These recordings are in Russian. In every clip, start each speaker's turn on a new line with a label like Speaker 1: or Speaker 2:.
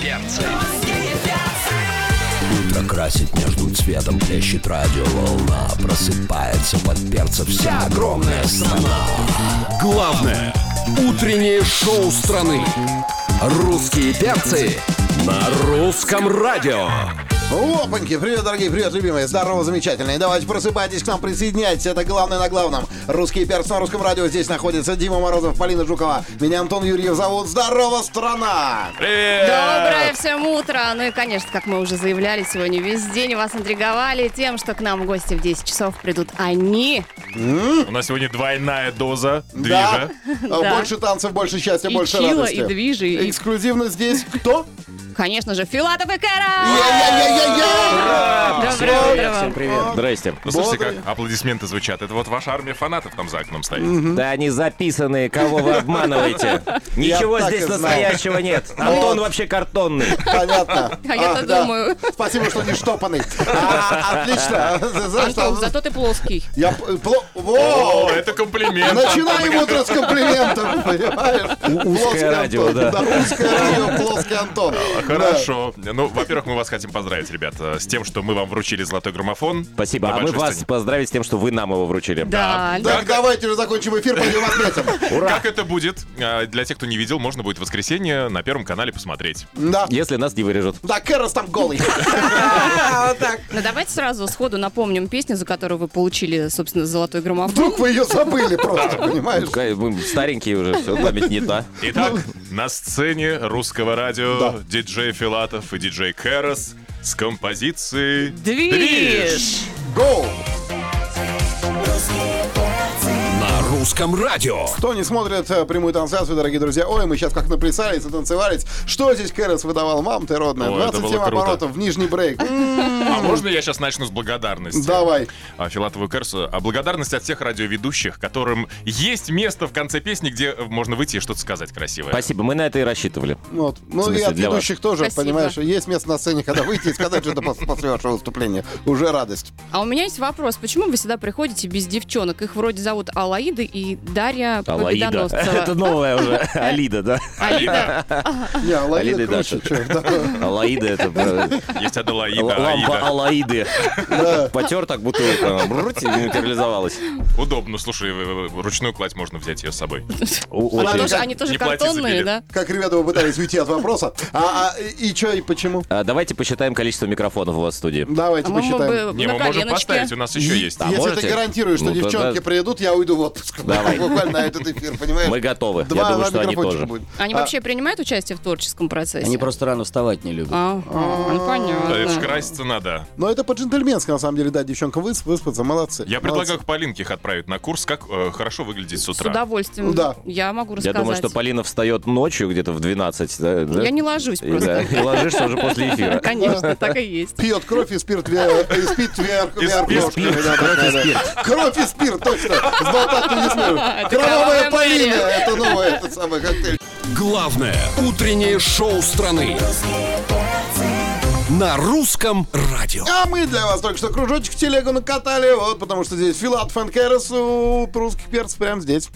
Speaker 1: перцы. Утро красит между цветом, плещет радиоволна Просыпается под перца вся огромная страна
Speaker 2: Главное – утреннее шоу страны.
Speaker 1: Русские перцы
Speaker 2: На русском радио.
Speaker 3: Опаньки! Привет, дорогие, привет, любимые. Здорово, замечательные. Давайте просыпайтесь к нам, присоединяйтесь. Это главное на главном. Русские перцы на русском радио. Здесь находится Дима Морозов, Полина Жукова. Меня Антон Юрьев зовут. Здорово, страна!
Speaker 4: Доброе всем утро! Ну и, конечно, как мы уже заявляли, сегодня весь день вас интриговали тем, что к нам в гости в 10 часов придут они.
Speaker 5: У нас сегодня двойная доза движа.
Speaker 4: Да.
Speaker 3: Э, Больше танцев, больше счастья,
Speaker 4: И
Speaker 3: больше
Speaker 4: чила,
Speaker 3: радости.
Speaker 4: и движи, и,
Speaker 3: Эксклюзивно здесь кто?
Speaker 4: конечно же, Филатов и Кэра!
Speaker 3: Я-я-я-я-я!
Speaker 4: Доброе утро вам!
Speaker 6: Привет. Здрасте.
Speaker 5: Ну, слушайте,
Speaker 3: Бодрый.
Speaker 5: как аплодисменты звучат. Это вот ваша армия фанатов там за окном стоит.
Speaker 6: Да они записанные, кого вы обманываете. Ничего
Speaker 3: так и
Speaker 6: здесь
Speaker 3: знал.
Speaker 6: настоящего нет. Антон вообще картонный.
Speaker 3: Понятно.
Speaker 4: А я-то
Speaker 3: да.
Speaker 4: думаю.
Speaker 3: Спасибо, что не штопанный. А, Отлично. Знаешь,
Speaker 4: Антон,
Speaker 3: что-
Speaker 4: зато ты плоский.
Speaker 3: Я... п- пло- Во!
Speaker 5: О, это комплимент.
Speaker 3: Начинаем утро с комплиментов, понимаешь? Плоский
Speaker 6: радио,
Speaker 3: Антон.
Speaker 6: да.
Speaker 3: Узкое радио, плоский Антон.
Speaker 5: Хорошо. Ну, во-первых, мы вас хотим поздравить, ребят, э, с тем, что мы вам вручили золотой граммофон.
Speaker 6: Спасибо.
Speaker 5: На
Speaker 6: А мы
Speaker 5: большой
Speaker 6: вас
Speaker 5: сцене.
Speaker 6: поздравить с тем, что вы нам его вручили.
Speaker 4: Да,
Speaker 3: Да. Так, давайте же закончим эфир, пойдем отметим.
Speaker 5: Как это будет? Э, Для тех, кто не видел, можно будет в воскресенье на Первом канале посмотреть.
Speaker 3: Да.
Speaker 6: Если нас не вырежут.
Speaker 3: Да, Кэрос там голый.
Speaker 4: Ну давайте сразу сходу напомним песню, за которую вы получили, собственно, золотой граммофон.
Speaker 3: Вдруг вы ее забыли просто, понимаешь?
Speaker 6: Ка- мы Старенькие уже, все, память не та.
Speaker 5: Итак, на сцене русского радио
Speaker 3: Да.
Speaker 5: диджей Филатов и диджей Кэрос с композицией
Speaker 4: Движ!
Speaker 3: Гоу!
Speaker 2: На русском радио.
Speaker 3: Кто не смотрит э, прямую трансляцию, дорогие друзья, ой, мы сейчас как наплясались и танцевались. Что здесь Кэрос выдавал? Мам ты родная,
Speaker 5: О, это
Speaker 3: 27
Speaker 5: было круто.
Speaker 3: оборотов в нижний брейк. М,
Speaker 5: А можно я сейчас начну с благодарности?
Speaker 3: Давай.
Speaker 5: А, Филатову и Кэрсу. А благодарность от всех радиоведущих, которым есть место в конце песни, где можно выйти и что-то сказать красивое.
Speaker 6: Спасибо, мы на это и рассчитывали.
Speaker 3: Вот. Ну и
Speaker 6: смысле,
Speaker 3: от
Speaker 6: для вас?
Speaker 3: ведущих тоже,
Speaker 4: Спасибо.
Speaker 3: понимаешь, есть место на сцене, когда выйти и сказать что-то пос- после вашего выступления. Уже радость.
Speaker 4: А у меня есть вопрос. Почему вы сюда приходите без девчонок? Их вроде зовут Алаида и Дарья
Speaker 6: Алаида. Это
Speaker 4: Победоносцева.
Speaker 6: новая уже. Алида, да?
Speaker 5: Алида.
Speaker 3: Не,
Speaker 6: Алида
Speaker 3: Ларида
Speaker 6: и
Speaker 3: круче,
Speaker 6: Даша.
Speaker 3: чё, да.
Speaker 6: Алаида это э,
Speaker 5: Есть
Speaker 6: л-
Speaker 5: Аделаида,
Speaker 6: лампа
Speaker 5: Аида.
Speaker 6: Алаиды. Потер так бутылку, она бруть, и материализовалась.
Speaker 5: Удобно, слушай, э, ручную кладь можно взять ее с собой.
Speaker 6: О-
Speaker 4: Она
Speaker 6: очень.
Speaker 4: А тоже- Они тоже
Speaker 5: Не плати за
Speaker 4: картонные,
Speaker 5: билет.
Speaker 4: да?
Speaker 3: Как Реведова пытались уйти от вопроса. А, а, и что, и почему?
Speaker 6: А, Давайте посчитаем количество микрофонов у вас в студии.
Speaker 3: Давайте
Speaker 4: А мы
Speaker 3: посчитаем.
Speaker 4: бы
Speaker 5: Не,
Speaker 4: на
Speaker 5: мы можем
Speaker 4: коленочке.
Speaker 5: поставить, у нас еще есть.
Speaker 6: Да.
Speaker 3: Если
Speaker 6: А можете?
Speaker 3: ты гарантируешь, что
Speaker 6: Ну, тогда-
Speaker 3: девчонки приедут, я уйду в отпуск.
Speaker 6: Давай.
Speaker 3: Буквально на этот эфир, понимаешь?
Speaker 6: Мы готовы.
Speaker 3: Два,
Speaker 6: Я думаю,
Speaker 3: два
Speaker 6: что они
Speaker 3: микрофончика
Speaker 6: тоже.
Speaker 3: будет. А,
Speaker 4: Они вообще принимают участие в творческом процессе?
Speaker 7: Они просто рано вставать не любят.
Speaker 4: Ага, ну
Speaker 3: А.
Speaker 5: Да, это ж
Speaker 4: понятно.
Speaker 5: Э, краситься надо.
Speaker 3: Но это по-джентльменски, на самом деле, да, девчонкам высп- выспаться, молодцы.
Speaker 5: Я
Speaker 3: Молодцы.
Speaker 5: предлагаю к Полинке их отправить на курс, как э, хорошо выглядеть с
Speaker 4: С
Speaker 5: утра.
Speaker 4: удовольствием.
Speaker 3: Да.
Speaker 4: Я могу
Speaker 6: Я
Speaker 4: рассказать.
Speaker 6: думаю, что Полина встает ночью где-то в 12. да, да?
Speaker 4: Я не ложусь
Speaker 6: И, да,
Speaker 4: просто.
Speaker 6: и ложишься уже после эфира.
Speaker 4: Конечно, так и есть.
Speaker 3: Пьет кровь и спирт, ве- э, и спит вверх,
Speaker 5: И
Speaker 3: вверх
Speaker 5: спирт,
Speaker 3: ножками, да, да, да. Кровь и спирт, точно. Сболтать не смею.
Speaker 4: кровавая
Speaker 3: Кровавая Полина,
Speaker 4: мэрия.
Speaker 3: это новое, это самое коктейль.
Speaker 2: Главное утреннее шоу страны. На русском радио.
Speaker 3: А мы для вас только что кружочек в телегу накатали, вот, потому что здесь Филат Фэн Кэрос у русских перцев прямо здесь.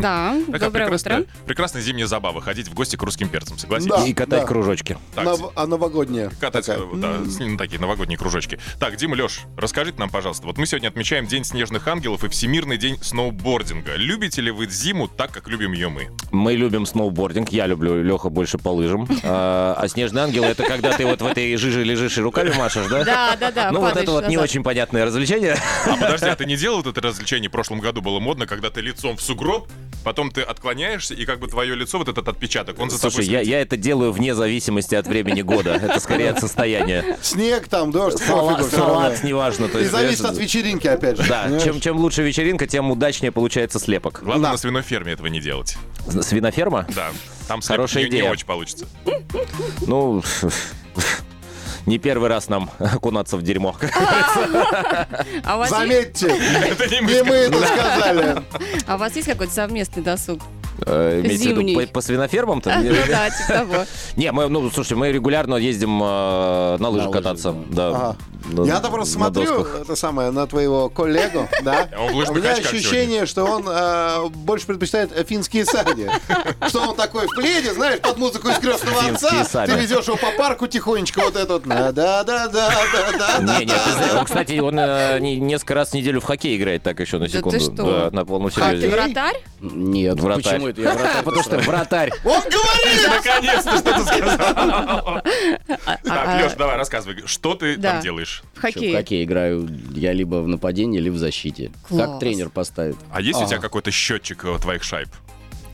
Speaker 4: Да,
Speaker 5: Такая
Speaker 4: доброе
Speaker 5: прекрасная,
Speaker 4: утро.
Speaker 5: прекрасная зимняя забава. Ходить в гости к русским перцам, согласитесь?
Speaker 3: Да.
Speaker 6: И катать кружочки.
Speaker 5: Так,
Speaker 3: Нов- а новогодняя.
Speaker 5: катать,
Speaker 3: такая.
Speaker 5: э, да, с- ну, такие новогодние кружочки. Так, Дима, Леш, расскажите нам, пожалуйста, вот мы сегодня отмечаем День снежных ангелов и Всемирный день сноубординга. Любите ли вы зиму так, как любим ее мы?
Speaker 6: Мы любим сноубординг, я люблю Леха больше по лыжам. А, а снежный ангел это когда ты вот в этой жиже лежишь и руками машешь, да?
Speaker 4: Да, да, да.
Speaker 6: Ну вот
Speaker 4: падаешь
Speaker 6: это вот не
Speaker 4: назад.
Speaker 6: очень понятное развлечение.
Speaker 5: А подожди, а ты не делал вот это развлечение? В прошлом году было модно, когда ты лицом в сугроб, потом ты отклоняешься, и как бы твое лицо, вот этот отпечаток, он за
Speaker 6: Слушай,
Speaker 5: тобой
Speaker 6: я,
Speaker 5: следит.
Speaker 6: я это делаю вне зависимости от времени года. Это скорее от состояния.
Speaker 3: Снег там, дождь,
Speaker 6: Салат,
Speaker 3: пофигу, всё равно.
Speaker 6: салат, неважно. то
Speaker 3: И
Speaker 6: есть,
Speaker 3: зависит
Speaker 6: знаешь,
Speaker 3: от вечеринки, опять же.
Speaker 6: Да,
Speaker 3: понимаешь?
Speaker 6: чем, чем лучше вечеринка, тем удачнее получается слепок.
Speaker 5: Главное на свиной ферме этого не делать.
Speaker 6: Свиноферма?
Speaker 5: Да, там слеп
Speaker 6: Хорошая
Speaker 5: не- не
Speaker 6: идея.
Speaker 5: очень получится.
Speaker 6: Ну, не первый раз нам окунаться в дерьмо.
Speaker 4: А у вас есть-
Speaker 3: Заметьте,
Speaker 5: Это не
Speaker 3: и
Speaker 5: мы.
Speaker 3: мы это сказали.
Speaker 4: а у вас есть какой-то совместный досуг?
Speaker 6: Э, имеете в виду
Speaker 4: Зимний.
Speaker 6: по- По свинофермам-то?
Speaker 4: Ну да, типа того.
Speaker 6: Не, мы, ну, слушай, мы регулярно ездим э, на лыжах
Speaker 7: лыжах,
Speaker 6: кататься. Да.
Speaker 3: Ага.
Speaker 6: На-
Speaker 3: Я-то просто
Speaker 6: на
Speaker 3: смотрю
Speaker 6: досках.
Speaker 3: это самое на твоего коллегу, да?
Speaker 5: А он в лыжных
Speaker 3: У меня
Speaker 5: очках
Speaker 3: ощущение, что он э, больше предпочитает э, финские сади. Что он такой в пледе, знаешь, под музыку из крестного
Speaker 6: Финские
Speaker 3: отца.
Speaker 6: сади.
Speaker 3: Ты ведешь его по парку тихонечко вот этот. Да, да, да, да, да, да.
Speaker 6: Не, не, ты знаешь, он, кстати, он э, не- несколько раз в неделю в хоккей играет, так еще
Speaker 4: Да
Speaker 6: на
Speaker 4: ты
Speaker 6: секунду.
Speaker 4: что?
Speaker 6: Да, на полном
Speaker 4: Ты
Speaker 6: серьезе.
Speaker 4: вратарь?
Speaker 7: Нет,
Speaker 6: Вратарь.
Speaker 7: почему это я вратарь?
Speaker 6: Потому что вратарь.
Speaker 3: Он говорит!
Speaker 5: Наконец-то что-то сказал.
Speaker 4: а-
Speaker 5: Так, Леш, давай, рассказывай, что ты
Speaker 4: Да.
Speaker 5: там делаешь?
Speaker 4: В
Speaker 7: Чё, в
Speaker 4: хоккей.
Speaker 7: хоккей играю я либо в нападении, либо в защите.
Speaker 4: Класс.
Speaker 7: Как тренер поставит.
Speaker 5: А есть у тебя какой-то счетчик э, твоих шайб?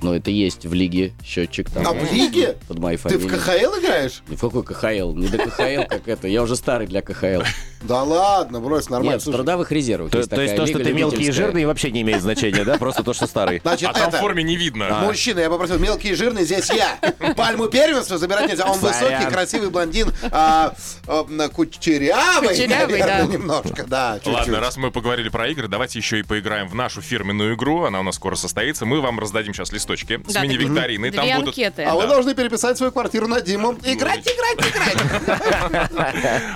Speaker 7: Но это есть в лиге счетчик там
Speaker 3: А в лиге?
Speaker 7: под моей
Speaker 3: Ты в
Speaker 7: фамилией.
Speaker 3: КХЛ играешь?
Speaker 7: Ни в какой КХЛ? Не до КХЛ, как это. Я уже старый для КХЛ.
Speaker 3: Да ладно, брось, нормально.
Speaker 7: Нет, в
Speaker 3: слушай.
Speaker 7: трудовых резервах.
Speaker 6: То то есть
Speaker 7: такая
Speaker 6: то, что
Speaker 7: лига
Speaker 6: ты мелкий и
Speaker 7: любительская.
Speaker 6: жирный, вообще не имеет значения, да? Просто то, что старый.
Speaker 5: А
Speaker 3: Значит,
Speaker 5: там в
Speaker 3: это, Ну,
Speaker 5: форме А. не видно.
Speaker 3: Мужчина, я попросил, мелкий и жирный, здесь я. Пальму первенства забирать нельзя. Он высокий, красивый блондин, а, а, на кучерявый,
Speaker 4: Кучерявый,
Speaker 3: наверное,
Speaker 4: да.
Speaker 3: немножко, да, чуть-чуть.
Speaker 5: Ладно, раз мы поговорили про игры, давайте еще и поиграем в нашу фирменную игру. Она у нас скоро состоится. Мы вам раздадим сейчас листочки с
Speaker 4: Да,
Speaker 5: мини-викториной.
Speaker 4: Две
Speaker 5: Там будут...
Speaker 4: анкеты.
Speaker 3: А вы должны переписать свою квартиру на Диму.
Speaker 5: Ну,
Speaker 3: Играть, играть, играть.
Speaker 4: Да, у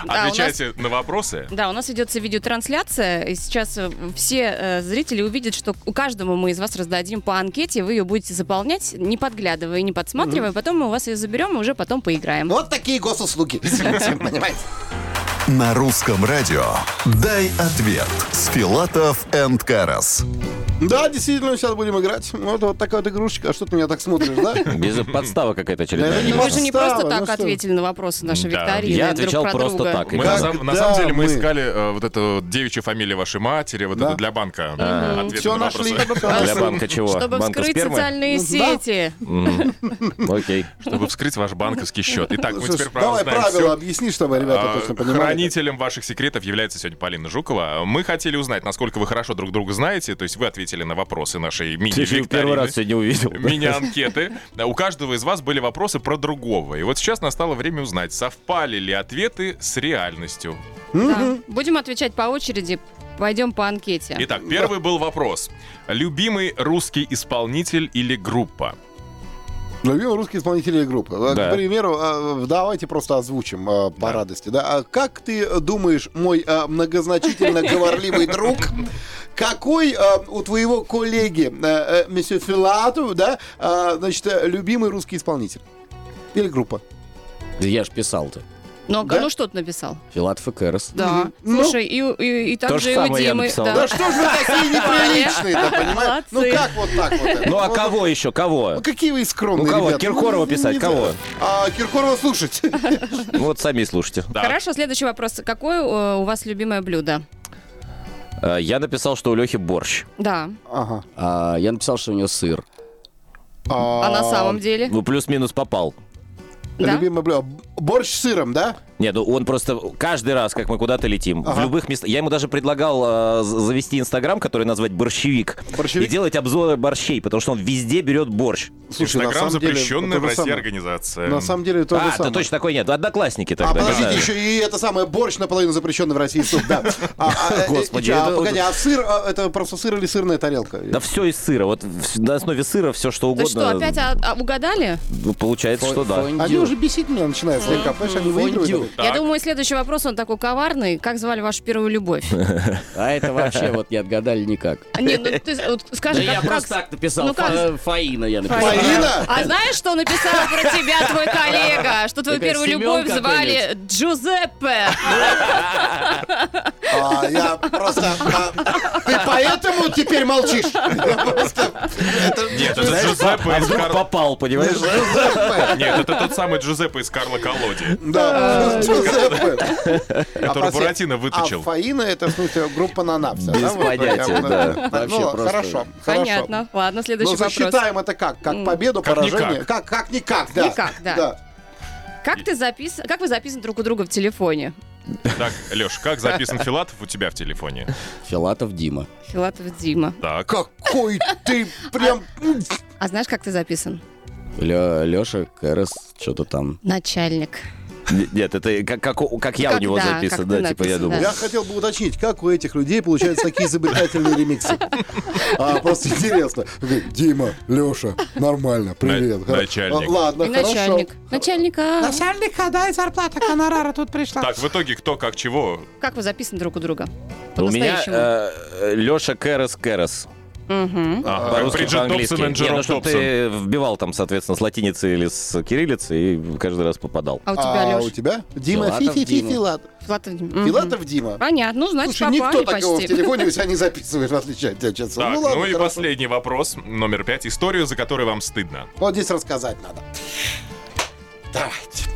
Speaker 4: нас-
Speaker 5: Отвечайте на вопросы.
Speaker 4: Да, у нас ведется видеотрансляция, и сейчас э, все э, зрители увидят, что у каждому мы из вас раздадим по анкете, вы ее будете заполнять, не подглядывая, и не подсматривая, потом мы у вас ее заберем и уже потом поиграем.
Speaker 3: Вот такие госуслуги. Понимаете?
Speaker 8: На русском радио «Дай ответ» с Филатов and Карас.
Speaker 3: Да, действительно, сейчас будем играть. Вот, вот такая вот игрушечка. А что ты меня так смотришь, да?
Speaker 6: Без подстава
Speaker 3: Да это
Speaker 6: какая-то очередная.
Speaker 3: не
Speaker 4: Но вы же не просто
Speaker 3: подстава,
Speaker 4: так
Speaker 3: ну что?
Speaker 4: ответили на вопросы нашей
Speaker 5: Да.
Speaker 4: викторины
Speaker 6: Я
Speaker 4: друг
Speaker 6: отвечал
Speaker 4: про
Speaker 6: просто
Speaker 4: друга.
Speaker 6: так.
Speaker 5: Мы на,
Speaker 3: Как-
Speaker 5: сам- на
Speaker 3: да,
Speaker 5: самом деле мы,
Speaker 3: мы.
Speaker 5: искали э, вот эту вот девичью фамилию вашей матери, вот
Speaker 3: Да.
Speaker 5: это для банка. Ответы
Speaker 3: Всё
Speaker 5: на
Speaker 3: нашли.
Speaker 5: вопросы.
Speaker 6: Для банка чего?
Speaker 4: А, Чтобы
Speaker 6: банка
Speaker 4: вскрыть
Speaker 6: спермы?
Speaker 4: социальные
Speaker 3: Ну,
Speaker 4: сети.
Speaker 6: Окей.
Speaker 5: Чтобы вскрыть ваш банковский счет. Итак, мы
Speaker 3: Слушай,
Speaker 5: теперь правила
Speaker 3: Давай
Speaker 5: знаем
Speaker 3: правила
Speaker 5: всё.
Speaker 3: объясни, чтобы ребята
Speaker 5: А,
Speaker 3: точно понимали.
Speaker 5: Хранителем ваших секретов является сегодня Полина Жукова. Мы хотели узнать, насколько вы хорошо друг друга знаете. То есть вы ответили на вопросы нашей
Speaker 6: Ты же
Speaker 5: мини-викторины.
Speaker 6: её первый раз сегодня увидел.
Speaker 5: Мини-анкеты. Да, У каждого из вас были вопросы про другого. И вот сейчас настало время узнать, совпали ли ответы с реальностью.
Speaker 4: Да. Будем отвечать по очереди. Пойдем по анкете.
Speaker 5: Итак, первый был вопрос. Любимый русский исполнитель или группа?
Speaker 3: Любимый русский исполнитель или группа. Э,
Speaker 6: Да.
Speaker 3: К примеру, э, давайте просто озвучим э, по радости. Да? А Как ты думаешь, мой э, многозначительно говорливый друг, какой э, у твоего коллеги, э, э, месье Филату, да, э, значит, э, любимый русский исполнитель? Или группа?
Speaker 7: Да Я ж писал-то.
Speaker 4: Ну, а-
Speaker 3: да?
Speaker 4: ну что ты написал?
Speaker 7: Филатов и Кэрос.
Speaker 4: Да.
Speaker 3: Ну.
Speaker 4: Слушай, и, и, и так
Speaker 6: То
Speaker 4: же
Speaker 6: же
Speaker 4: и у
Speaker 6: самое я
Speaker 4: Димы.
Speaker 6: написал.
Speaker 3: Да что же вы такие неприличные, да, понимаешь? Ну
Speaker 4: Молодцы.
Speaker 3: как вот так вот? это?
Speaker 6: Ну а
Speaker 3: Вот,
Speaker 6: кого еще? Кого?
Speaker 3: ну, Какие вы скромные
Speaker 6: Ну кого?
Speaker 3: ребята.
Speaker 6: Киркорова писать,
Speaker 3: не
Speaker 6: кого?
Speaker 3: знаю. А, Киркорова слушать.
Speaker 6: Ну вот сами и слушайте.
Speaker 5: Да.
Speaker 4: Хорошо, следующий вопрос. Какое э, у вас любимое блюдо?
Speaker 6: Э, Я написал, что у Лехи борщ.
Speaker 4: Да.
Speaker 3: Ага.
Speaker 7: А, Я написал, что у него сыр.
Speaker 4: А, на самом деле?
Speaker 6: Ну плюс-минус попал.
Speaker 4: Да?
Speaker 3: Любимое блюдо. Борщ с сыром, да?
Speaker 6: Нет, ну он просто каждый раз, как мы куда-то летим, в любых местах. Я ему даже предлагал э, з- завести Инстаграм, который назвать борщевик,
Speaker 3: Борщевик?
Speaker 6: и делать обзоры борщей, потому что он везде берет борщ.
Speaker 3: Слушай, на
Speaker 5: Инстаграм
Speaker 3: самом деле, это
Speaker 5: запрещенная в
Speaker 3: же
Speaker 5: России
Speaker 3: самое.
Speaker 5: организация.
Speaker 3: На самом деле то
Speaker 6: а,
Speaker 3: же
Speaker 6: да
Speaker 3: самое.
Speaker 6: точно такой нет. Одноклассники
Speaker 3: А
Speaker 6: тогда. не
Speaker 3: подождите,
Speaker 6: знаю.
Speaker 3: еще и это самое, борщ наполовину запрещенный в России суп, да. А, а, э,
Speaker 6: Господи,
Speaker 3: а,
Speaker 6: это-
Speaker 3: погоди, а сыр, а, это просто сыр или сырная тарелка?
Speaker 6: Да все из сыра. Вот в- на основе сыра все что
Speaker 4: Ты
Speaker 6: угодно.
Speaker 4: что, опять а, а, угадали?
Speaker 6: Ну, Получается, что да.
Speaker 7: Фондю.
Speaker 3: Они уже бесить меня начинают слегка, понимаешь, они
Speaker 7: Фондю.
Speaker 3: выигрывают.
Speaker 4: Я
Speaker 5: Так.
Speaker 4: думаю, следующий вопрос, он такой коварный. Как звали вашу первую любовь?
Speaker 7: А это вообще вот не отгадали никак.
Speaker 4: Не, ну ты вот
Speaker 7: Да
Speaker 4: скажи,
Speaker 7: я
Speaker 4: как... как-
Speaker 7: просто так написал.
Speaker 4: Ну как?
Speaker 7: Фа- Фаина я написал.
Speaker 3: Полина?
Speaker 4: А знаешь, что написал про тебя твой коллега? Что твою
Speaker 7: Такая
Speaker 4: первую
Speaker 7: Семен
Speaker 4: любовь звали Джузеппе.
Speaker 3: Ну, А, я просто... а, ты поэтому теперь молчишь? Я просто... это-
Speaker 5: Нет, это Джузеппе
Speaker 6: А
Speaker 5: из
Speaker 6: вдруг
Speaker 5: Карла...
Speaker 6: попал, понимаешь?
Speaker 3: Джузеппе.
Speaker 5: Нет, это тот самый Джузеппе из Карла Колоди,
Speaker 3: Да, Джузеппе. А
Speaker 5: который
Speaker 3: прости,
Speaker 5: Буратино
Speaker 3: А
Speaker 5: выточил.
Speaker 3: Фаина это, в смысле, группа Нанапса.
Speaker 6: Без
Speaker 3: да, вот
Speaker 6: понятия,
Speaker 3: прям,
Speaker 6: да.
Speaker 7: Вообще
Speaker 3: Ну,
Speaker 7: просто-
Speaker 3: хорошо, хорошо.
Speaker 4: Понятно. Ладно,
Speaker 3: Ну,
Speaker 4: следующий вопрос.
Speaker 3: засчитаем это как? Как победу,
Speaker 5: Как
Speaker 3: поражение?
Speaker 5: никак.
Speaker 3: Как, как никак, да.
Speaker 4: Никак, да. Как ты записан? Как вы записаны друг у друга в телефоне?
Speaker 5: Так, Леш, как записан Филатов у тебя в телефоне?
Speaker 7: Филатов Дима.
Speaker 4: Филатов Дима.
Speaker 5: Так.
Speaker 3: Какой ты прям...
Speaker 4: А знаешь, как ты записан?
Speaker 7: Леша Кэрос, что-то там.
Speaker 4: Начальник.
Speaker 6: Нет, это как, как, у- как я
Speaker 4: Как
Speaker 6: у него
Speaker 4: да,
Speaker 6: записан,
Speaker 4: как
Speaker 6: да,
Speaker 4: ты
Speaker 6: типа я
Speaker 4: написан,
Speaker 6: думаю.
Speaker 3: Я хотел бы уточнить, как у этих людей получаются такие изобретательные ремиксы. А, просто интересно. Дима, Леша, нормально, привет.
Speaker 5: На- начальник.
Speaker 3: А, Ладно,
Speaker 4: И
Speaker 3: хорошо.
Speaker 4: начальник. Начальника,
Speaker 9: Начальника, дай зарплата, гонорара тут пришла.
Speaker 5: Так, в итоге кто как чего?
Speaker 4: как вы записаны друг у друга?
Speaker 6: Ну, У меня
Speaker 4: По-настоящему.
Speaker 6: Леша Кэрос Кэрос.
Speaker 4: Мгм.
Speaker 5: А,
Speaker 6: По-русски,
Speaker 5: Бриджит
Speaker 6: по-английски.
Speaker 5: Томпсон и
Speaker 6: Не, ну
Speaker 5: Джером
Speaker 6: чтоб
Speaker 5: Томпсон.
Speaker 6: ты вбивал там, соответственно, с латиницы или с кириллицы и каждый раз попадал.
Speaker 4: А у тебя,
Speaker 3: А
Speaker 4: Леш?
Speaker 3: у тебя? Дима,
Speaker 7: Филатов
Speaker 3: фи-фи-фи,
Speaker 7: Дима.
Speaker 3: Филатов.
Speaker 4: Филатов Дим. Мгм.
Speaker 3: Филатов Дима.
Speaker 4: Понятно, ну, значит,
Speaker 3: Слушай, никто
Speaker 4: попали
Speaker 3: такого в
Speaker 4: почти.
Speaker 3: телефоне у себя не записывает, в отличие от тебя, честно.
Speaker 5: Так, ну,
Speaker 3: ладно,
Speaker 5: и
Speaker 3: хорошо.
Speaker 5: последний вопрос, номер пять. Историю, за которую вам стыдно.
Speaker 3: Вот здесь рассказать надо. Давайте.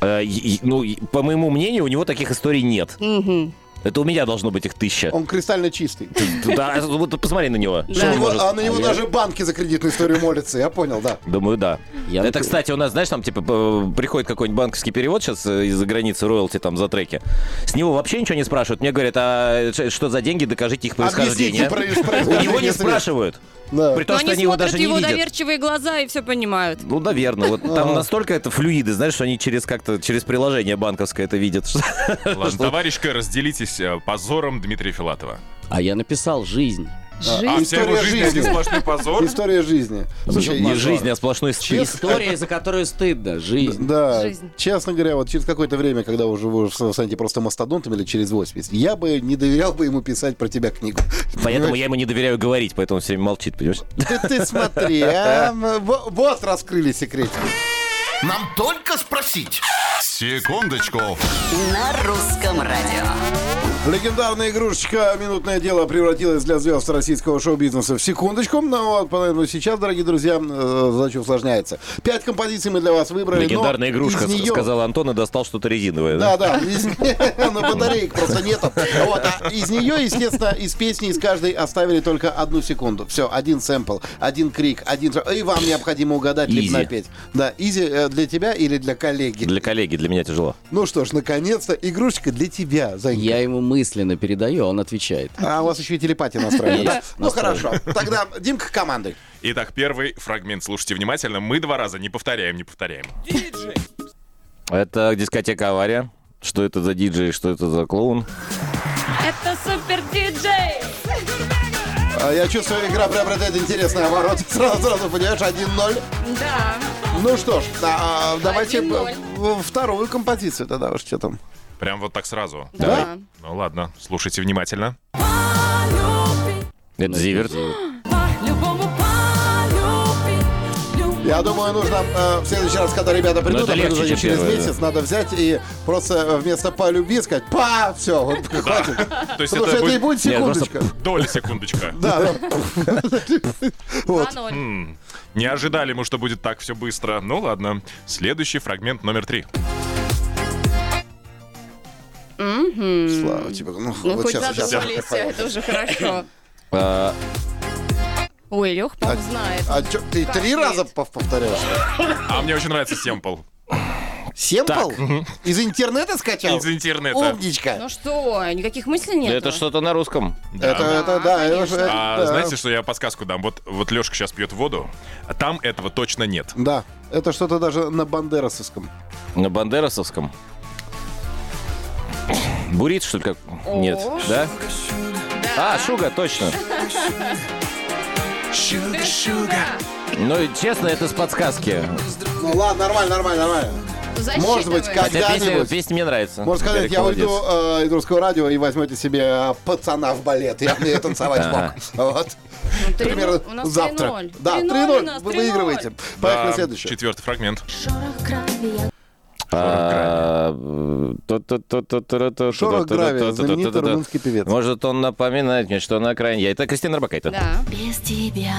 Speaker 6: Э, и- и- Ну, и, по моему мнению, у него таких историй нет.
Speaker 4: Мгм.
Speaker 6: Это у меня должно быть их тысяча.
Speaker 3: Он кристально чистый.
Speaker 6: Да, вот посмотри на него. Что
Speaker 3: У
Speaker 6: он
Speaker 3: него-
Speaker 6: может-
Speaker 3: а на него даже банки за кредитную историю молятся, я понял, да.
Speaker 6: Думаю, да.
Speaker 7: Я
Speaker 6: это,
Speaker 7: напи-
Speaker 6: кстати, у нас, знаешь, там, типа, п- приходит какой-нибудь банковский перевод сейчас из-за границы роялти там за треки. С него вообще ничего не спрашивают. Мне говорят, а ш- что за деньги, докажите их происхождение.
Speaker 3: Объясните про-
Speaker 6: У
Speaker 3: происхождение
Speaker 6: него не
Speaker 3: средств.
Speaker 6: спрашивают.
Speaker 3: Да.
Speaker 6: При
Speaker 4: Но
Speaker 6: том, что
Speaker 4: они
Speaker 6: они его
Speaker 4: смотрят
Speaker 6: даже
Speaker 4: в
Speaker 6: не
Speaker 4: его
Speaker 6: видят.
Speaker 4: доверчивые глаза и все понимают.
Speaker 6: Ну, наверное. Вот
Speaker 3: А.
Speaker 6: там настолько это флюиды, знаешь, что они через как-то через приложение банковское это видят. что-
Speaker 5: Ладно, товарищ К, разделитесь э, позором Дмитрия Филатова.
Speaker 7: А я написал жизнь.
Speaker 5: А
Speaker 4: Жизнь.
Speaker 5: вся его
Speaker 3: История
Speaker 5: жизнь
Speaker 3: жизни.
Speaker 5: один сплошной позор.
Speaker 3: История жизни. Слушай,
Speaker 6: Не
Speaker 3: я-
Speaker 6: жизнь, а сплошной список.
Speaker 7: История, за которую стыдно. Жизнь.
Speaker 3: Да,
Speaker 4: Жизнь.
Speaker 3: честно говоря, вот через какое-то время, когда уже вы уже станете просто мастодонтом или через 80, я бы не доверял бы ему писать про тебя книгу.
Speaker 6: Поэтому я ему не доверяю говорить, поэтому все время молчит, понимаешь?
Speaker 3: Ты, ты смотри, а? Во- вот раскрыли секрет.
Speaker 2: Нам только спросить.
Speaker 8: Секундочку.
Speaker 10: На русском радио.
Speaker 3: Легендарная игрушечка «Минутное дело» превратилась для звезд российского шоу-бизнеса в секундочку. Но вот, поэтому сейчас, дорогие друзья, э, задача усложняется. Пять композиций мы для вас выбрали. но
Speaker 6: Легендарная игрушка,
Speaker 3: из неё-
Speaker 6: сказал Антон и достал что-то резиновое.
Speaker 3: Да, да, из- на батареек просто нету. Вот, а из нее, естественно, из песни из каждой оставили только одну секунду. Все, один сэмпл, один крик, один... тр- И вам необходимо угадать, либо
Speaker 6: Изи.
Speaker 3: напеть. Да, изи э, для тебя или для коллеги.
Speaker 6: Для коллеги, для меня тяжело.
Speaker 3: Ну что ж, наконец-то игрушечка для тебя, Зайка.
Speaker 7: Я ему мысленно передаю, а он отвечает.
Speaker 3: А у вас еще и телепатия настроена. да?
Speaker 7: Есть,
Speaker 3: Ну хорошо. Тогда Димка команды.
Speaker 5: Итак, первый фрагмент слушайте внимательно. Мы два раза не повторяем, не повторяем.
Speaker 6: Это дискотека «Авария». Что это за диджей, что это за клоун?
Speaker 4: Это супер диджей!
Speaker 3: А, Я чувствую, игра приобретает интересный оборот. Сразу-сразу, понимаешь, 1-0.
Speaker 4: Да.
Speaker 3: Ну что ж, а, давайте
Speaker 4: 1:0.
Speaker 3: в- в- вторую композицию тогда уж что там.
Speaker 5: Прям вот так сразу.
Speaker 3: А?
Speaker 4: Да.
Speaker 5: Ну ладно, слушайте внимательно.
Speaker 6: Это Зиверт.
Speaker 3: Я думаю, нужно э, в следующий раз, когда ребята придут,
Speaker 6: это
Speaker 3: а придут
Speaker 6: легче,
Speaker 3: они
Speaker 6: чем
Speaker 3: через
Speaker 6: первая, да.
Speaker 3: месяц, надо взять и просто э, вместо «полюби» сказать «па», все, вот хватит.
Speaker 5: То есть
Speaker 3: Потому что
Speaker 5: это
Speaker 3: это и
Speaker 5: будет
Speaker 3: будет
Speaker 6: Нет, просто
Speaker 3: секундочка.
Speaker 5: доля секундочка.
Speaker 3: Да, да. Вот.
Speaker 4: 2-0.
Speaker 5: М, Не ожидали мы, что будет так все быстро. Ну ладно. Следующий фрагмент номер три.
Speaker 3: Слава тебе. Ну,
Speaker 4: Ну,
Speaker 3: вот
Speaker 4: хоть
Speaker 3: сейчас, сейчас.
Speaker 4: задумались, это уже хорошо. Ой, Лех, по знает.
Speaker 3: А чё, ты три
Speaker 4: Капец.
Speaker 3: раза пов- повторяешь?
Speaker 5: А мне очень нравится Семпл.
Speaker 3: Семпл? Из интернета скачал?
Speaker 5: Из интернета.
Speaker 3: Умничка.
Speaker 4: Ну что, никаких мыслей нет?
Speaker 6: Это что-то на русском.
Speaker 3: Это, это, да, это же-
Speaker 5: А
Speaker 3: да.
Speaker 5: знаете, что я подсказку дам? Вот, вот Лешка сейчас пьет воду, а там этого точно нет.
Speaker 3: Да, это что-то даже на бандерасовском.
Speaker 6: На бандерасовском. Бурит, что ли, как? Нет, да? А, Шуга, точно. Ну, и честно, это с подсказки.
Speaker 3: Ну ладно, нормально, нормально, нормально. Может быть, как-
Speaker 6: Хотя песня,
Speaker 3: Когда-нибудь.
Speaker 6: песня мне нравится.
Speaker 3: Можно сказать,
Speaker 6: Гарик
Speaker 3: я
Speaker 6: молодец.
Speaker 3: уйду э, из русского радио и возьмете себе э, пацана в балет. Я мне танцевать мог.
Speaker 6: Ага.
Speaker 3: Вот.
Speaker 4: Например, Ну, у
Speaker 3: Примерно
Speaker 4: нас
Speaker 3: завтра.
Speaker 4: 3-0.
Speaker 3: Да, 3-0. Вы выигрываете. Поехали
Speaker 5: Да,
Speaker 3: следующее.
Speaker 5: Четвертый фрагмент.
Speaker 6: А, ту-ту-ту-ту-ту-ту-ту-ту-ту-ту-ту-ту-ту-ту.
Speaker 3: Шорох гравия, знаменитый румынский певец.
Speaker 6: Может, он напоминает мне, что на крайне. Это Кристина Арбакайте.
Speaker 4: Да.
Speaker 10: Без тебя.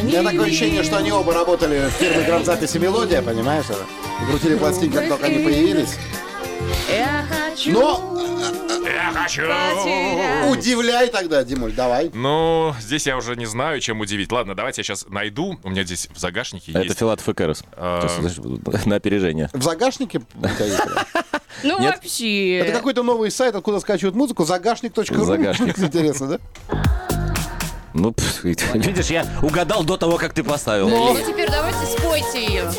Speaker 3: У меня такое ощущение, что они оба работали в фирме грамзаписи «Мелодия», понимаешь? это? И Крутили пластинки, как только они появились.
Speaker 4: Я хочу
Speaker 3: Но
Speaker 5: Я хочу!
Speaker 4: потерять.
Speaker 3: удивляй тогда, Димуль, давай.
Speaker 5: Ну, здесь я уже не знаю, чем удивить. Ладно, давайте я сейчас найду. У меня здесь в загашнике
Speaker 6: Это
Speaker 5: есть.
Speaker 6: Филатов и Кэрос.
Speaker 5: А.
Speaker 6: Просто, знаешь, На опережение.
Speaker 3: В загашнике?
Speaker 4: Ну
Speaker 3: Это
Speaker 6: Нет.
Speaker 4: вообще.
Speaker 3: какой-то новый сайт, откуда скачивают музыку. Загашник.ру.
Speaker 6: Загашник.
Speaker 3: Интересно, да?
Speaker 6: Ну, пф, видишь, я угадал до того, как ты поставил.
Speaker 4: Ну теперь давайте спойте ее.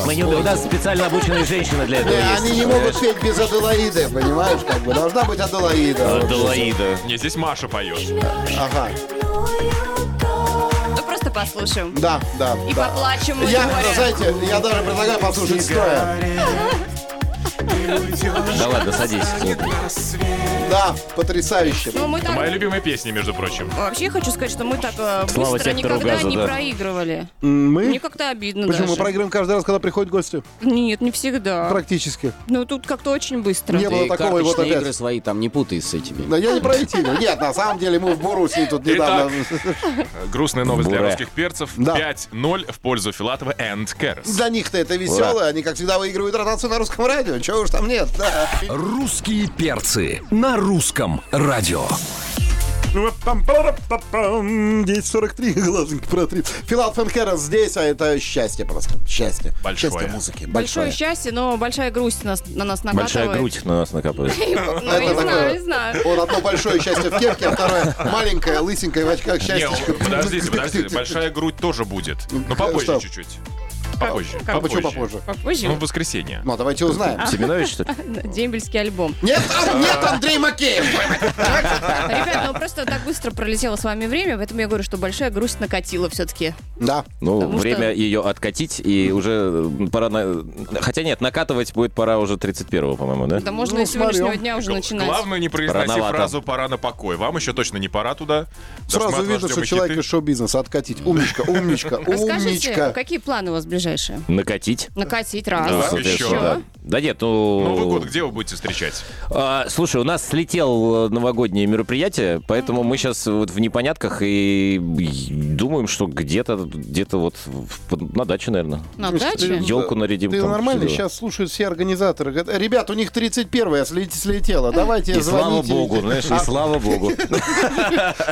Speaker 3: А,
Speaker 6: Мы не, у нас специально обученные женщины для этого
Speaker 3: Да,
Speaker 6: есть.
Speaker 3: Э, они не могут петь без Аделаиды, понимаешь, как бы. Должна быть Аделаида.
Speaker 6: А, Аделаида.
Speaker 5: Не, здесь Маша поет.
Speaker 3: Ага.
Speaker 4: Ну, просто послушаем.
Speaker 3: Да, да.
Speaker 4: И
Speaker 3: да.
Speaker 4: поплачем от
Speaker 3: Я,
Speaker 4: горя.
Speaker 3: знаете, я даже предлагаю послушать строя.
Speaker 6: Да ладно, садись.
Speaker 3: Да, потрясающе.
Speaker 4: Ну, мы так...
Speaker 5: Моя любимая песня, между прочим.
Speaker 4: Вообще я хочу сказать, что мы так э,
Speaker 6: Слава
Speaker 4: быстро
Speaker 6: сектору
Speaker 4: никогда
Speaker 6: газа,
Speaker 4: не
Speaker 6: да.
Speaker 4: проигрывали. Мне
Speaker 3: Мы?
Speaker 4: как-то обидно
Speaker 3: Почему мы
Speaker 4: даже.
Speaker 3: проиграем каждый раз, когда приходят гости?
Speaker 4: Нет, не всегда.
Speaker 3: Практически.
Speaker 4: Ну, тут как-то очень быстро.
Speaker 3: Не было
Speaker 7: Ты
Speaker 3: такого и вот
Speaker 7: карточные игры
Speaker 3: опять.
Speaker 7: свои там не путай с этими.
Speaker 3: Да я не про Этину. Нет, на самом деле мы в Боруссии тут недавно.
Speaker 5: Итак. Э, Грустная новость для
Speaker 6: Буре.
Speaker 5: русских перцев.
Speaker 3: Да.
Speaker 5: 5-0 в пользу Филатова and Керс.
Speaker 3: Для них-то это весело. Они, как всегда, выигрывают ротацию на русском радио. Чего уж там нет. Да.
Speaker 1: Русские перцы на русском радио.
Speaker 3: 10.43, глазоньки протри. Филат Фэн Хэррис здесь, а это счастье просто. Счастье.
Speaker 5: Большое.
Speaker 3: Счастье музыки.
Speaker 4: Большое
Speaker 3: Большое.
Speaker 4: счастье, но большая грусть нас, на нас накатывает.
Speaker 6: Большая грудь на нас накапывает.
Speaker 4: Ну, не знаю, не знаю.
Speaker 3: Вот одно большое счастье в кепке, а второе маленькое, лысенькое в очках
Speaker 5: Не,
Speaker 3: счастье.
Speaker 5: о, подождите, подождите. Большая грудь тоже будет. Но
Speaker 3: Что?
Speaker 5: попозже чуть-чуть. Попозже.
Speaker 3: А почему попозже?
Speaker 4: Попозже.
Speaker 5: Ну, в воскресенье.
Speaker 3: Ну, давайте узнаем.
Speaker 4: А.
Speaker 6: Семенович, что ли?
Speaker 4: Дембельский альбом.
Speaker 3: Нет, а, нет, Андрей Макеев!
Speaker 4: Ребят, ну просто так быстро пролетело с вами время, поэтому я говорю, что большая грусть накатила все-таки.
Speaker 3: Да.
Speaker 6: Ну,
Speaker 4: Потому что-
Speaker 6: время ее откатить, и уже э, пора... на- Хотя нет, накатывать будет пора уже 31-го, по-моему, да?
Speaker 4: Да можно и с сегодняшнего дня уже
Speaker 5: Гл-
Speaker 4: начинать.
Speaker 5: Главное не произноси
Speaker 6: Рановато.
Speaker 5: фразу «пора на покой». Вам еще точно не пора туда. Даже мы
Speaker 3: Сразу
Speaker 5: от вас
Speaker 3: видно,
Speaker 5: ждем
Speaker 3: что
Speaker 5: и
Speaker 3: человек
Speaker 5: хиты.
Speaker 3: из шоу-бизнеса. Откатить. Умничка, умничка,
Speaker 4: Расскажите,
Speaker 3: умничка.
Speaker 4: какие планы у вас ближайшие?
Speaker 6: Накатить.
Speaker 4: Накатить раз.
Speaker 5: Да,
Speaker 6: соответственно,
Speaker 5: еще.
Speaker 6: да. Да нет, ну...
Speaker 5: Новый год где вы будете встречать?
Speaker 6: А, слушай, у нас слетел э, новогоднее мероприятие, поэтому мы сейчас вот в непонятках и думаем, что где-то, где-то вот в- под- на даче, наверное.
Speaker 4: На даче?
Speaker 6: Елку нарядим.
Speaker 3: э, Ты
Speaker 6: там,
Speaker 3: нормально?
Speaker 6: всё дела.
Speaker 3: Сейчас слушают все организаторы. Говорят, Ребят, у них 31-е, слет- слетело. Давайте
Speaker 6: И слава
Speaker 3: звоните.
Speaker 6: богу, знаешь, и слава богу.
Speaker 3: А,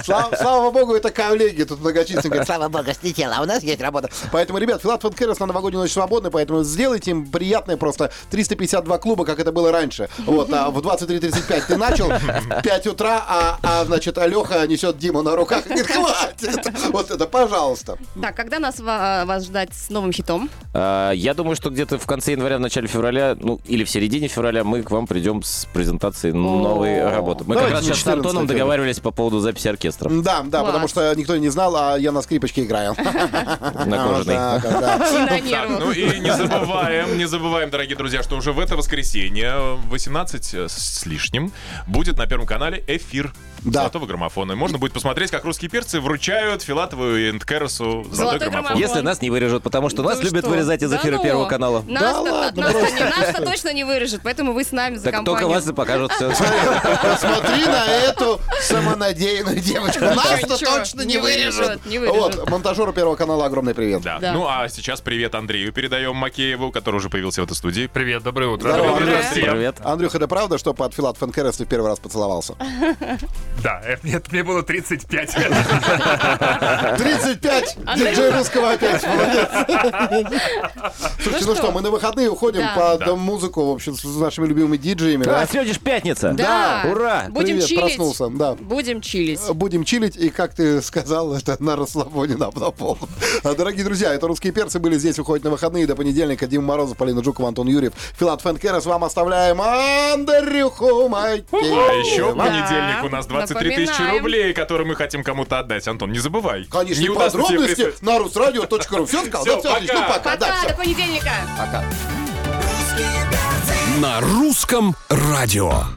Speaker 3: Слава, слава богу, это коллеги тут многочисленные. говорят,
Speaker 10: Слава богу, слетела, а у нас есть работа.
Speaker 3: Поэтому, ребят, Филат Фон Кэрос на новогоднюю ночь свободны, поэтому сделайте им приятное просто 352 клуба, как это было раньше. Вот, а в 23.35 ты начал, в 5 утра, а, а значит, Алёха несет Диму на руках и говорит, хватит! Вот это, пожалуйста.
Speaker 4: Так, когда нас ва- вас ждать с новым хитом?
Speaker 6: А, Я думаю, что где-то в конце января, в начале февраля, ну или в середине февраля мы к вам придем с презентацией новой работы. Мы как
Speaker 3: Давайте
Speaker 6: раз
Speaker 3: на
Speaker 6: сейчас с Антоном
Speaker 3: 14
Speaker 6: договаривались по поводу записи оркестра.
Speaker 3: Да, да,
Speaker 4: Класс.
Speaker 3: потому что никто не знал, а я на скрипочке играю.
Speaker 6: На кожаной.
Speaker 3: Да, да, да.
Speaker 4: И на
Speaker 5: Так,
Speaker 4: нервах.
Speaker 5: ну и не забываем, не забываем, дорогие друзья, что уже в это воскресенье в 18 с лишним будет на Первом канале эфир
Speaker 3: Да.
Speaker 5: Золотого граммофона. И можно будет посмотреть, как русские перцы вручают Филатову и Энткерсу
Speaker 4: Золотой
Speaker 5: Золотой граммофон.
Speaker 4: граммофон.
Speaker 6: Если нас не вырежут, потому что нас
Speaker 4: Да
Speaker 6: любят
Speaker 4: что?
Speaker 6: вырезать из
Speaker 4: Да
Speaker 6: эфира
Speaker 4: ну!
Speaker 6: Первого канала.
Speaker 4: Нас-то
Speaker 3: Да ладно,
Speaker 4: нас-то не- нас-то точно не вырежет, поэтому вы с нами за
Speaker 6: Так только
Speaker 4: компанию.
Speaker 6: вас и покажут все.
Speaker 3: Посмотри на эту самонадеянную девочку. Нас-то
Speaker 4: Ничего,
Speaker 3: точно не
Speaker 4: не вырежут,
Speaker 3: вырежут.
Speaker 4: не вырежут.
Speaker 3: Вот, монтажеру Первого канала огромный привет.
Speaker 5: Да.
Speaker 4: Да.
Speaker 5: Ну а сейчас привет Андрею передаем Макееву, который уже появился в этой студии.
Speaker 11: Привет, доброе утро.
Speaker 3: Здорово,
Speaker 5: Привет,
Speaker 3: Андрей.
Speaker 5: Андрей.
Speaker 6: Привет.
Speaker 3: Андрюха, это правда, что под Филат Фон Керес ты в первый раз поцеловался?
Speaker 11: Да, э, мне, мне было 35 лет.
Speaker 3: 35!
Speaker 4: ну
Speaker 3: Диджей русского опять, молодец. Слушайте, ну что, мы на выходные уходим
Speaker 4: Да.
Speaker 3: под э, музыку, в общем, с с нашими любимыми диджеями.
Speaker 6: А
Speaker 3: да?
Speaker 6: сегодня же пятница.
Speaker 4: Да.
Speaker 6: Ура.
Speaker 4: Будем
Speaker 3: Привет,
Speaker 4: чилить.
Speaker 3: проснулся, да.
Speaker 4: Будем чилить.
Speaker 3: Будем чилить, и, как ты сказал, это на расслабоне на пол. А, Дорогие друзья, это «Русские перцы» были здесь, уходят на выходные до понедельника. Дима Морозов, Полина Жукова, Антон Юрьев, Филат Фэнкерес. Вам оставляем Андрюху
Speaker 5: А
Speaker 3: Макеева.
Speaker 5: еще в
Speaker 4: Да.
Speaker 5: понедельник у нас 23 тысячи
Speaker 4: Напоминаем.
Speaker 5: рублей, которые мы хотим кому-то отдать. Антон, не забывай.
Speaker 3: Конечно,
Speaker 5: не
Speaker 3: и
Speaker 5: удастся тебе
Speaker 3: подробности
Speaker 5: присвоить.
Speaker 3: на русрадио.ру. Все сказал?
Speaker 5: Всё,
Speaker 3: Да, всё, отлично,
Speaker 5: пока.
Speaker 3: пока. А, Да,
Speaker 4: Пока,
Speaker 3: всё.
Speaker 4: до понедельника.
Speaker 1: На русском радио.